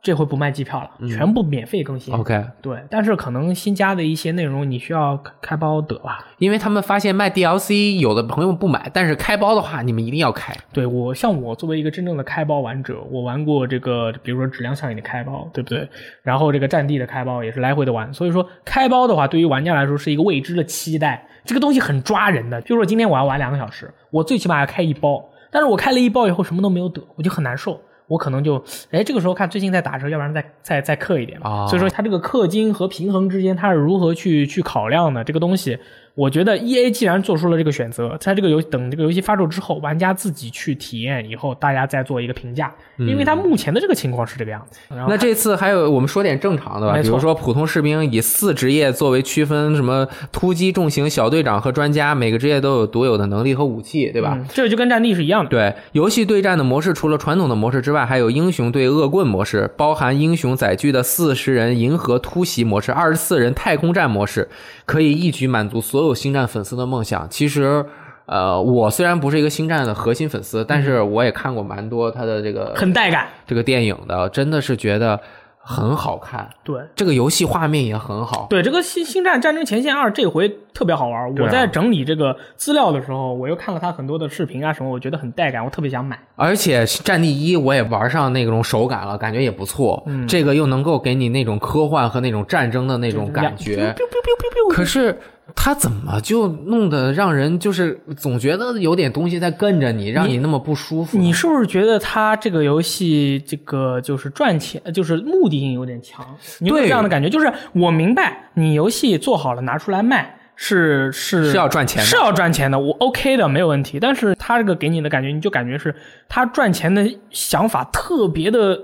S2: 这回不卖机票了，全部免费更新。
S1: OK，
S2: 对，但是可能新加的一些内容你需要开开包得吧。
S1: 因为他们发现卖 DLC 有的朋友不买，但是开包的话你们一定要开。
S2: 对我像我作为一个真正的开包玩者，我玩过这个，比如说质量效应的开包，对不对？然后这个战地的开包也是来回的玩，所以说开包的话，对于玩家来说是一个未知的期待，这个东西很抓人的。比如说今天我要玩两个小时，我最起码要开一包，但是我开了一包以后什么都没有得，我就很难受。我可能就，哎，这个时候看最近在打折，要不然再再再氪一点吧。
S1: 哦
S2: 所以说，它这个氪金和平衡之间，它是如何去去考量的？这个东西，我觉得 E A 既然做出了这个选择，在这个游等这个游戏发售之后，玩家自己去体验以后，大家再做一个评价，因
S1: 嗯
S2: 为它目前的这个情况是这个样子。然后
S1: 那这次还有我们说点正常的吧，
S2: 没错
S1: 比如说普通士兵以四职业作为区分，什么突击、重型、小队长和专家，每个职业都有独有的能力和武器，对吧？
S2: 嗯这就跟战地是一样的。
S1: 对，游戏对战的模式除了传统的模式之外，还有英雄对恶棍模式，包含英雄载具的四十人银河突袭模式、二十四人太空战模式，可以一举满足所有星战粉丝的梦想。其实。呃，我虽然不是一个星战的核心粉丝，但是我也看过蛮多他的这个
S2: 很带感，
S1: 这个电影的，真的是觉得很好看。
S2: 对
S1: 这个游戏画面也很好，
S2: 对，这个《星星战：战争前线二》这回特别好玩。
S1: 对啊
S2: 我在整理这个资料的时候，我又看了它很多的视频啊什么，我觉得很带感，我特别想买。
S1: 而且《战地一》我也玩上那种手感了，感觉也不错。
S2: 嗯
S1: 这个又能够给你那种科幻和那种战争的那种感觉。
S2: biu biu biu biu biu
S1: 可是它怎么就弄得让人就是总觉得有点东西在跟着你，让你那么不舒服？
S2: 你是不是觉得他这个游戏这个就是赚钱，呃就是目的性有点强？你有没有
S1: 对
S2: 这样的感觉？就是我明白你游戏做好了拿出来卖是是
S1: 是要赚钱的
S2: 是要赚钱的，我 OK 的没有问题。但是他这个给你的感觉，你就感觉是他赚钱的想法特别的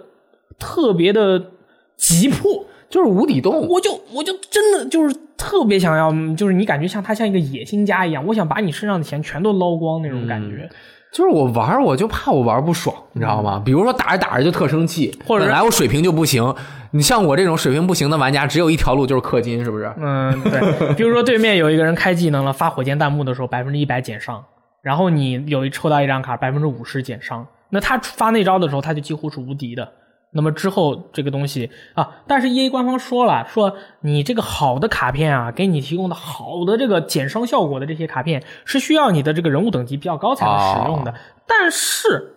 S2: 特别的急迫。
S1: 就是无底洞。
S2: 我就我就真的就是特别想要，嗯就是你感觉像他像一个野心家一样，我想把你身上的钱全都捞光那种感
S1: 嗯
S2: 觉。
S1: 就是我玩儿，我就怕我玩儿不爽，你知道吗？比如说打着打着就特生气，
S2: 嗯或者是
S1: 本来我水平就不行，你像我这种水平不行的玩家，只有一条路就是氪金，是不是？
S2: 嗯，对，比如说对面有一个人开技能了，发火箭弹幕的时候百分之一百减伤，然后你有一抽到一张卡百分之五十减伤，那他发那招的时候他就几乎是无敌的。那么之后这个东西啊，但是 E A 官方说了，说你这个好的卡片啊，给你提供的好的这个减伤效果的这些卡片，是需要你的这个人物等级比较高才能使用的。但是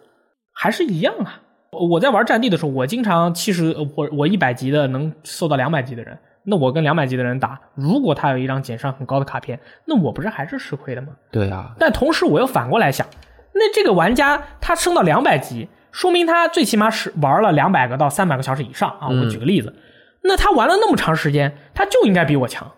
S2: 还是一样啊。我在玩战地的时候，我经常七十，我我一百级的能搜到两百级的人，那我跟两百级的人打，如果他有一张减伤很高的卡片，那我不是还是吃亏的吗？
S1: 对啊，
S2: 但同时我又反过来想，那这个玩家他升到两百级，说明他最起码是玩了两百个到三百个小时以上啊。我举个例子，那他玩了那么长时间，他就应该比我强，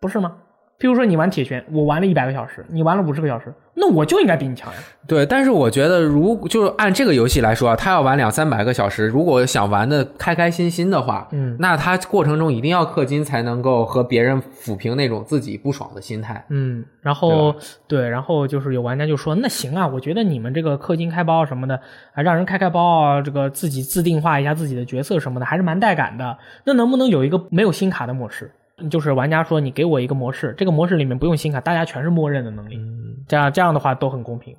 S2: 不是吗？譬如说你玩铁拳，我玩了一百个小时，你玩了五十个小时，那我就应该比你强呀。
S1: 对，但是我觉得如就是按这个游戏来说啊，他要玩两三百个小时，如果想玩的开开心心的话，
S2: 嗯
S1: 那他过程中一定要氪金才能够和别人抚平那种自己不爽的心态。
S2: 嗯，然后对，然后就是有玩家就说，那行啊，我觉得你们这个氪金开包什么的啊，让人开开包啊，这个自己自定化一下自己的角色什么的，还是蛮带感的。那能不能有一个没有新卡的模式？就是玩家说，你给我一个模式，这个模式里面不用新卡，大家全是默认的能力，这样这样的话都很公平。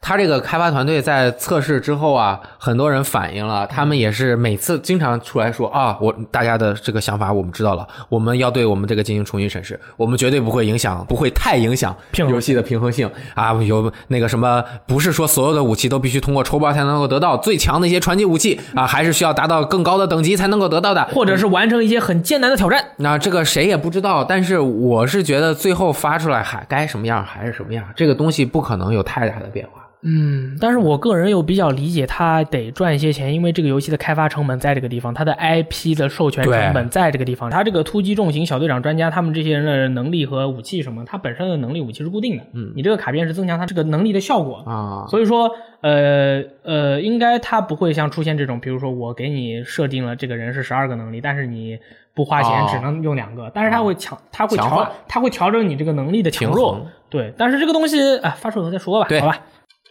S1: 他这个开发团队在测试之后啊，很多人反映了，他们也是每次经常出来说啊，我大家的这个想法我们知道了，我们要对我们这个进行重新审视，我们绝对不会影响，不会太影响
S2: 平衡
S1: 游戏的平衡性啊。有那个什么，不是说所有的武器都必须通过抽包才能够得到最强的一些传奇武器啊，还是需要达到更高的等级才能够得到的。
S2: 或者是完成一些很艰难的挑战。
S1: 那这个谁也不知道，但是我是觉得最后发出来还该什么样还是什么样，这个东西不可能有太大的变化。
S2: 嗯，但是我个人又比较理解他得赚一些钱，因为这个游戏的开发成本在这个地方，它的 IP 的授权成本在这个地方，他这个突击重型小队长专家他们这些人的能力和武器什么，他本身的能力武器是固定的，嗯，你这个卡片是增强他这个能力的效果，
S1: 啊，
S2: 所以说，呃呃，应该他不会像出现这种，比如说我给你设定了这个人是十二个能力，但是你不花钱
S1: 哦
S2: 只能用两个，但是他会强，他会
S1: 强
S2: 调
S1: 化，
S2: 他会调整你这个能力的强
S1: 平
S2: 弱
S1: 衡，
S2: 对，但是这个东西啊，发售以后再说吧，
S1: 对
S2: 好吧。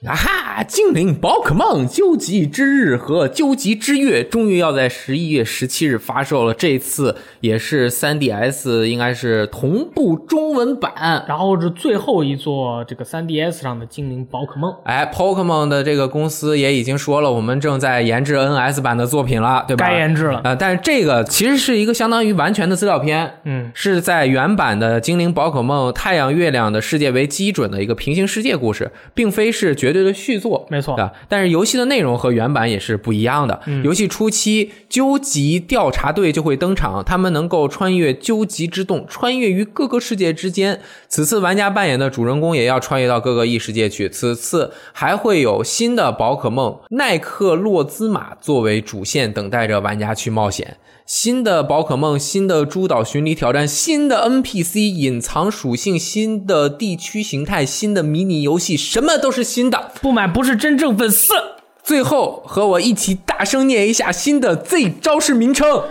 S1: 啊哈！精灵宝可梦究极之日和究极之月终于要在十一月十七日发售了，这次也是 3DS 应该是同步中文版。
S2: 然后是最后一座这个 3DS 上的精灵宝可梦，
S1: 哎，Pokemon 的这个公司也已经说了，我们正在研制 NS 版的作品了，对吧？
S2: 该研制了。
S1: 呃，但是这个其实是一个相当于完全的资料片，
S2: 嗯，
S1: 是在原版的《精灵宝可梦》太阳月亮的世界为基准的一个平行世界故事，并非是绝对的续作。
S2: 没错嗯
S1: 对。吧？但是游戏的内容和原版也是不一样的。游戏初期，究极调查队就会登场，他们能够穿越究极之洞，穿越于各个世界之间。此次玩家扮演的主人公也要穿越到各个异世界去。此次还会有新的宝可梦耐克洛兹玛作为主线，等待着玩家去冒险。新的宝可梦、新的诸岛巡礼挑战、新的 NPC 隐藏属性、新的地区形态、新的迷你游戏，什么都是新的。
S2: 不买不是真正粉丝。
S1: 最后和我一起大声念一下新的 Z 招式名称：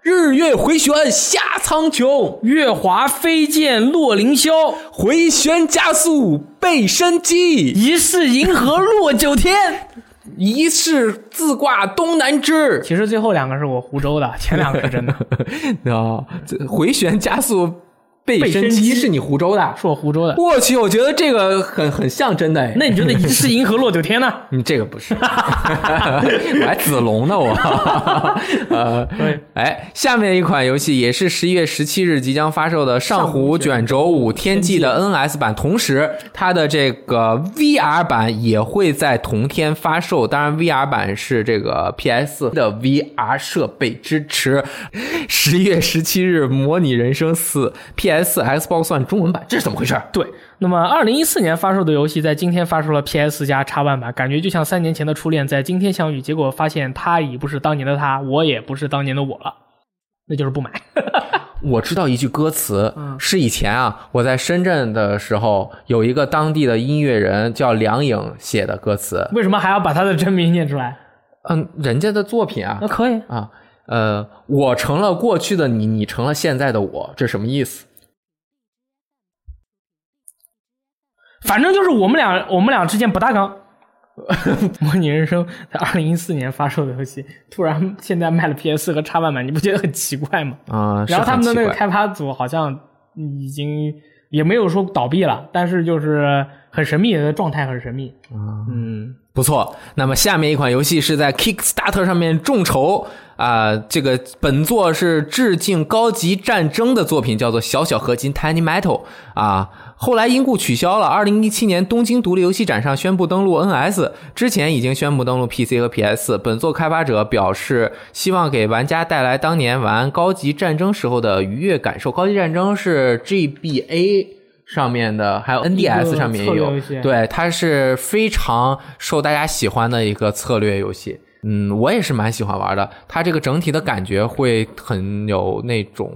S1: 日月回旋下苍穹，
S2: 月华飞剑落凌霄，
S1: 回旋加速背身击，
S2: 疑是银河落九天。
S1: 一式自挂东南枝。
S2: 其实最后两个是我湖州的，前两个是真的，
S1: 啊，这回旋加速背
S2: 背身
S1: 身
S2: 击
S1: 击是你湖州的？
S2: 是我湖州的。
S1: 我去，我觉得这个很很像真的哎。
S2: 那你觉得疑是银河落九天 呢？
S1: 你嗯这个不是， 我还子龙呢我。 呃，
S2: 对，
S1: 哎，下面一款游戏也是十一月十七日即将发售的《上
S2: 湖
S1: 古卷轴五天际》的 NS 版，同时它的这个 VR 版也会在同天发售。当然，VR 版是这个 PS 的 VR 设备支持。十一月十七日，《模拟人生四》PS、Xbox One 中文版，这是怎么回事？
S2: 对，那么二零一四年发售的游戏，在今天发售了 PS 加 X One 版，感觉就像三年前的初恋在今天相遇，结果发现他已不是当年的他，我也不是当年的我了，那就是不买。
S1: 我知道一句歌词，
S2: 嗯
S1: 是以前啊，我在深圳的时候，有一个当地的音乐人叫梁颖写的歌词。
S2: 为什么还要把他的真名念出来？
S1: 嗯，人家的作品啊
S2: 那可以，
S1: 啊，呃，我成了过去的你，你成了现在的我，这什么意思？
S2: 反正就是我们俩，我们俩之间不搭杠。 模拟人生在二零一四年发售的游戏，突然现在卖了 PS 和 X One 版，你不觉得很奇怪吗？
S1: 啊、是
S2: 然后他们的
S1: 很奇
S2: 那个
S1: 怪
S2: 开发组好像已经也没有说倒闭了，但是就是很神秘的状态，很神秘。
S1: 啊
S2: 嗯，
S1: 不错。那么下面一款游戏是在 Kickstarter 上面众筹啊、这个本作是致敬高级战争的作品，叫做《小小合金 Tiny Metal》啊。后来因故取消了。二零一七年东京独立游戏展上宣布登陆 NS，之前已经宣布登陆 PC 和 PS。本作开发者表示，希望给玩家带来当年玩高级战争时候的愉悦感受。高级战争是 GBA 上面的，还有
S2: 一个
S1: NDS 上面也
S2: 策略
S1: 有
S2: 游戏，
S1: 对。对，它是非常受大家喜欢的一个策略游戏。嗯，我也是蛮喜欢玩的。它这个整体的感觉会很有那种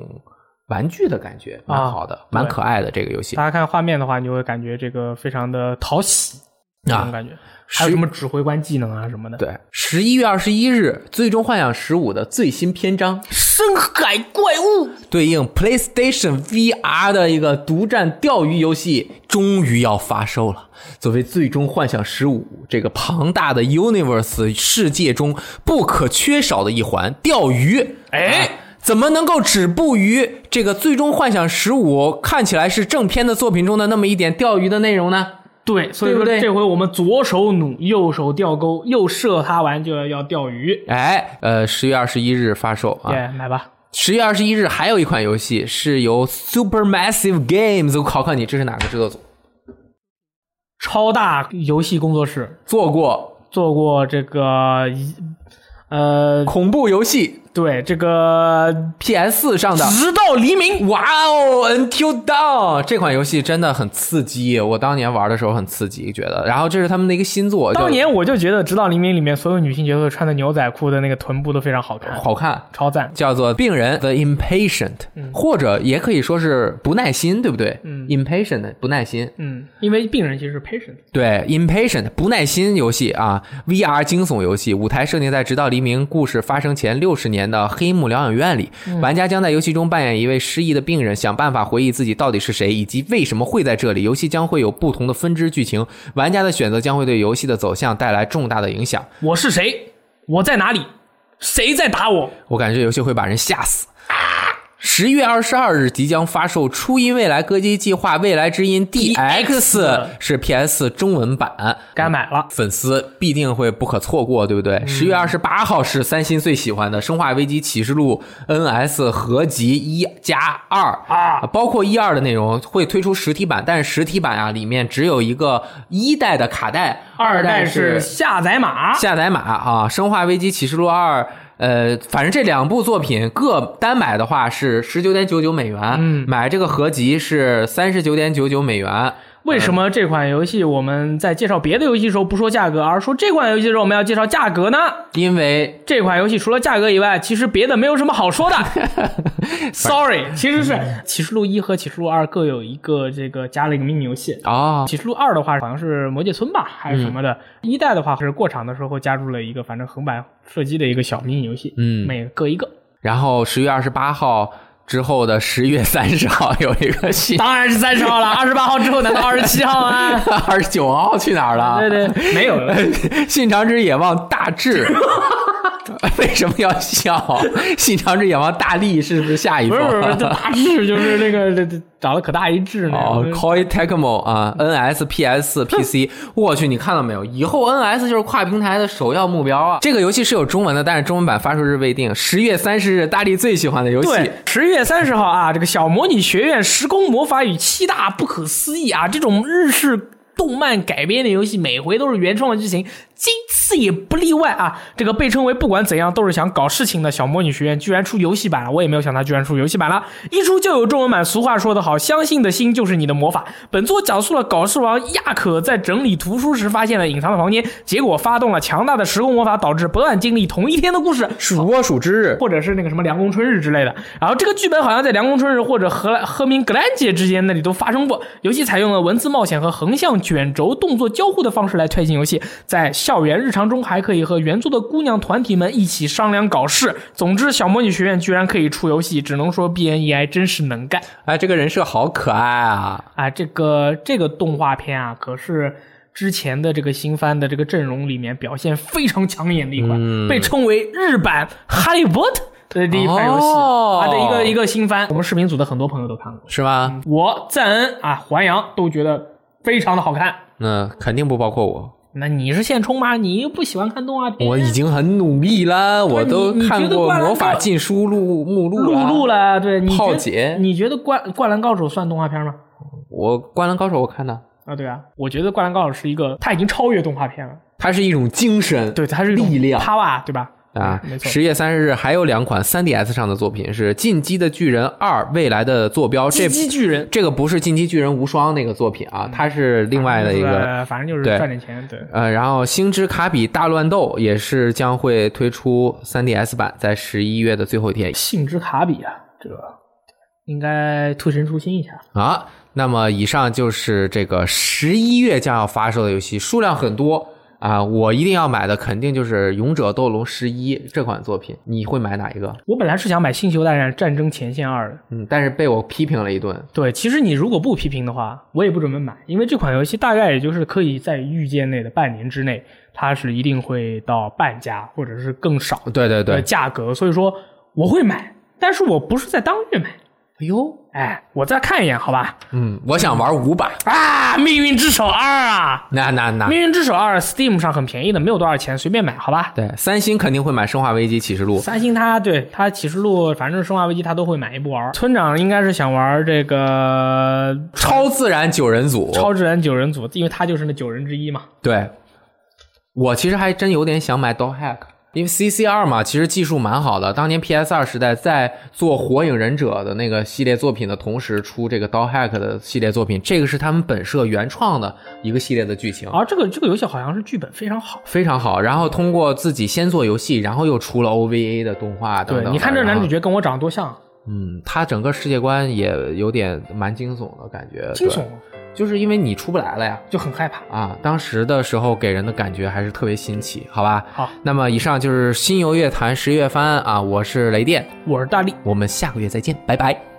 S1: 玩具的感觉，蛮好的，
S2: 啊
S1: 蛮可爱的这个游戏
S2: 大。家看画面的话，你就会感觉这个非常的讨喜那种
S1: 啊，
S2: 感觉。还有什么指挥官技能啊什么的。，
S1: 对，十一月二十一日，《最终幻想十五》的最新篇章
S2: 深海怪物
S1: 对应 PlayStation VR 的一个独占钓鱼游戏，终于要发售了。作为《最终幻想十五》这个庞大的 Universe 世界中不可缺少的一环，钓鱼，啊
S2: 哎
S1: 怎么能够止步于这个《最终幻想十五》看起来是正片的作品中的那么一点钓鱼的内容呢？
S2: 对，所以
S1: 对
S2: 说
S1: 不对
S2: 这回我们左手弩，右手钓钩，右射它完就要要钓鱼。
S1: 哎，呃，十月二十一日发售啊，
S2: 耶，买吧。
S1: 十月二十一日还有一款游戏是由 Supermassive Games，我考考你，这是哪个制作组
S2: 超大游戏工作室
S1: 做过
S2: 做过这个，呃，
S1: 恐怖游戏
S2: 对这个
S1: PS 上的？
S2: 直到黎明。
S1: 哇哦，Until Dawn 这款游戏真的很刺激，我当年玩的时候很刺激，觉得。然后这是他们的一个新作，就
S2: 当年我就觉得《直到黎明》里面所有女性角色穿的牛仔裤的那个臀部都非常好看，
S1: 好看，
S2: 超赞。
S1: 叫做《病人 The Impatient》，或者也可以说是不耐心，对不对？
S2: 嗯
S1: i m p a t i e n t 不耐心，
S2: 嗯，因为病人其实是 patient。
S1: 对，impatient 不耐心游戏啊，VR 惊悚游戏，舞台设定在《直到黎明》故事发生前六十年的黑幕疗养院里，玩家将在游戏中扮演一位失忆的病人，想办法回忆自己到底是谁，以及为什么会在这里。游戏将会有不同的分支剧情，玩家的选择将会对游戏的走向带来重大的影响。
S2: 我是谁？我在哪里？谁在打我？
S1: 我感觉这游戏会把人吓死。十月二十二日即将发售《初音未来歌姬计划：未来之音 DX》是 PS 中文版，
S2: 该买了。
S1: 粉丝必定会不可错过，对不
S2: 嗯
S1: 对？十、月二十八号是三星最喜欢的《生化危机启示录 NS 合集一加二》
S2: 啊
S1: 包括一二的内容会推出实体版，但是实体版啊里面只有一个一代的卡带，
S2: 二代
S1: 代
S2: 是下载码，
S1: 下载码啊，《生化危机启示录二》。呃，反正这两部作品各单买的话是十九点九九美元，
S2: 嗯
S1: 买这个合集是三十九点九九美元。
S2: 为什么这款游戏我们在介绍别的游戏的时候不说价格，而说这款游戏的时候我们要介绍价格呢？
S1: 因为
S2: 这款游戏除了价格以外，其实别的没有什么好说的。Sorry，其实是《启示录一》和《启示录二》各有一个这个加了一个迷你游戏。
S1: 啊、
S2: 《启示录二》的话，好像是魔界村吧，还是什么的。一代的话是过场的时候加入了一个反正横版射击的一个小迷你游戏，
S1: 嗯
S2: 每各一个。
S1: 然后十月二十八号之后的十月三十号有一个新，
S2: 当然是三十号了，二十八号之后难道二十七 号吗？
S1: 二十九号去哪儿了？
S2: 对对，没有，
S1: 信长之野望大 志。为什么要笑？信长之野望大力是不是下一
S2: 不
S1: 封？
S2: 是不是不是，这大志就是那个这这长得可大一志那
S1: 哦
S2: 个。
S1: ，Koi Tecmo 啊，NS、PS、PC，我去，你看到没有？以后 NS 就是跨平台的首要目标啊！这个游戏是有中文的，但是中文版发售日未定。十月三十日，大力最喜欢的游戏
S2: 对，十月三十号啊，这个小魔女学院《时空魔法与七大不可思议》啊，这种日式动漫改编的游戏，每回都是原创的剧情，今次也不例外啊。这个被称为不管怎样都是想搞事情的小魔女学院，居然出游戏版了，我也没有想到居然出游戏版了，一出就有中文版。俗话说得好，相信的心就是你的魔法。本作讲述了搞事王亚可在整理图书时发现了隐藏的房间，结果发动了强大的时空魔法，导致不断经历同一天的故事。
S1: 数落数之日。
S2: 或者是那个什么凉宫春日之类的。然后这个剧本好像在凉宫春日或者荷兰赫明格兰姐之间那里都发生过。游戏采用了文字冒险和横向卷轴动作交互的方式来推进游戏，在校园日常中还可以和原作的姑娘团体们一起商量搞事。总之，小魔女学院居然可以出游戏，只能说 BNEI 真是能干
S1: 哎，这个人设好可爱啊！
S2: 啊！这个这个动画片啊，可是。之前的这个新番的这个阵容里面表现非常抢眼的一款，
S1: 嗯
S2: 被称为日版《哈利波特》的第一款游戏、
S1: 哦
S2: 啊，对一个一个新番，我们视频组的很多朋友都看过。
S1: 是吗？
S2: 我赞恩啊，环阳都觉得非常的好看。
S1: 嗯，肯定不包括我，
S2: 那你是现充吗？你又不喜欢看动画片？
S1: 我已经很努力啦，我都
S2: 哎你你
S1: 看
S2: 觉得
S1: 过
S2: 灌
S1: 《
S2: 篮
S1: 魔法
S2: 高
S1: 禁书录》目录
S2: 入录
S1: 了。
S2: 了，对，你觉得
S1: 炮姐
S2: 你觉得灌《灌篮高手》算动画片吗？
S1: 我《灌篮高手》我看的，
S2: 啊，对啊，我觉得《灌篮高手》是一个，它已经超越动画片了。
S1: 它是一种精神，
S2: 对，它是一种
S1: 力量。
S2: 趴哇，对吧？
S1: 啊
S2: 没，错
S1: 十月三十日还有两款 3DS 上的作品是《进击的巨人二：未来的坐标》，这
S2: 机机巨人嗯
S1: 这个不是《进击巨人无双》那个作品啊，它是另外的一个。
S2: 呃反正就是
S1: 对
S2: 赚点钱，对。
S1: 呃，然后《星之卡比大乱斗》也是将会推出 3DS 版，在十一月的最后一天。
S2: 性之卡比啊，这个应该推陈出新一下。
S1: 啊。那么以上就是这个十一月将要发售的游戏，数量很多啊，我一定要买的肯定就是《勇者斗龙十一》这款作品。你会买哪一个？
S2: 我本来是想买《星球大战：战争前线二》的，
S1: 嗯，但是被我批评了一顿。
S2: 对，其实你如果不批评的话，我也不准备买，因为这款游戏大概也就是可以在预见内的半年之内，它是一定会到半价或者是更少
S1: 对对对
S2: 的，价格，所以说我会买，但是我不是在当月买，
S1: 哎呦，
S2: 哎，我再看一眼，好吧？
S1: 嗯，我想玩五把。
S2: 啊，《命运之手二》啊，
S1: 那那
S2: 《
S1: 那，
S2: 命运之手二》Steam 上很便宜的，没有多少钱，随便买，好吧？
S1: 对，三星肯定会买《生化危机启示录》。
S2: 三星它对它启示录，反正生化危机它都会买一部玩儿。村长应该是想玩这个
S1: 超自然九人组，
S2: 超自然九人组，因为他就是那九人之一嘛。
S1: 对，我其实还真有点想买 d o g Hack，因为 CC 二嘛，其实技术蛮好的。当年 PS 二时代在做《火影忍者》的那个系列作品的同时，出这个 d o g Hack 的系列作品，这个是他们本社原创的一个系列的剧情。
S2: 而啊这个这个游戏好像是剧本非常好。
S1: 非常好，然后通过自己先做游戏，然后又出了 OVA 的动画等等，
S2: 对
S1: 的。
S2: 你看这男主
S1: 角，
S2: 角跟我长得多像，
S1: 嗯，他整个世界观也有点蛮惊悚的感觉，
S2: 惊
S1: 对
S2: 悚，
S1: 就是因为你出不来了呀。
S2: 就很害怕。
S1: 啊，当时的时候给人的感觉还是特别新奇，好吧？
S2: 好，
S1: 那么以上就是新游乐坛十月番啊，我是雷电，
S2: 我是大力，
S1: 我们下个月再见，拜拜。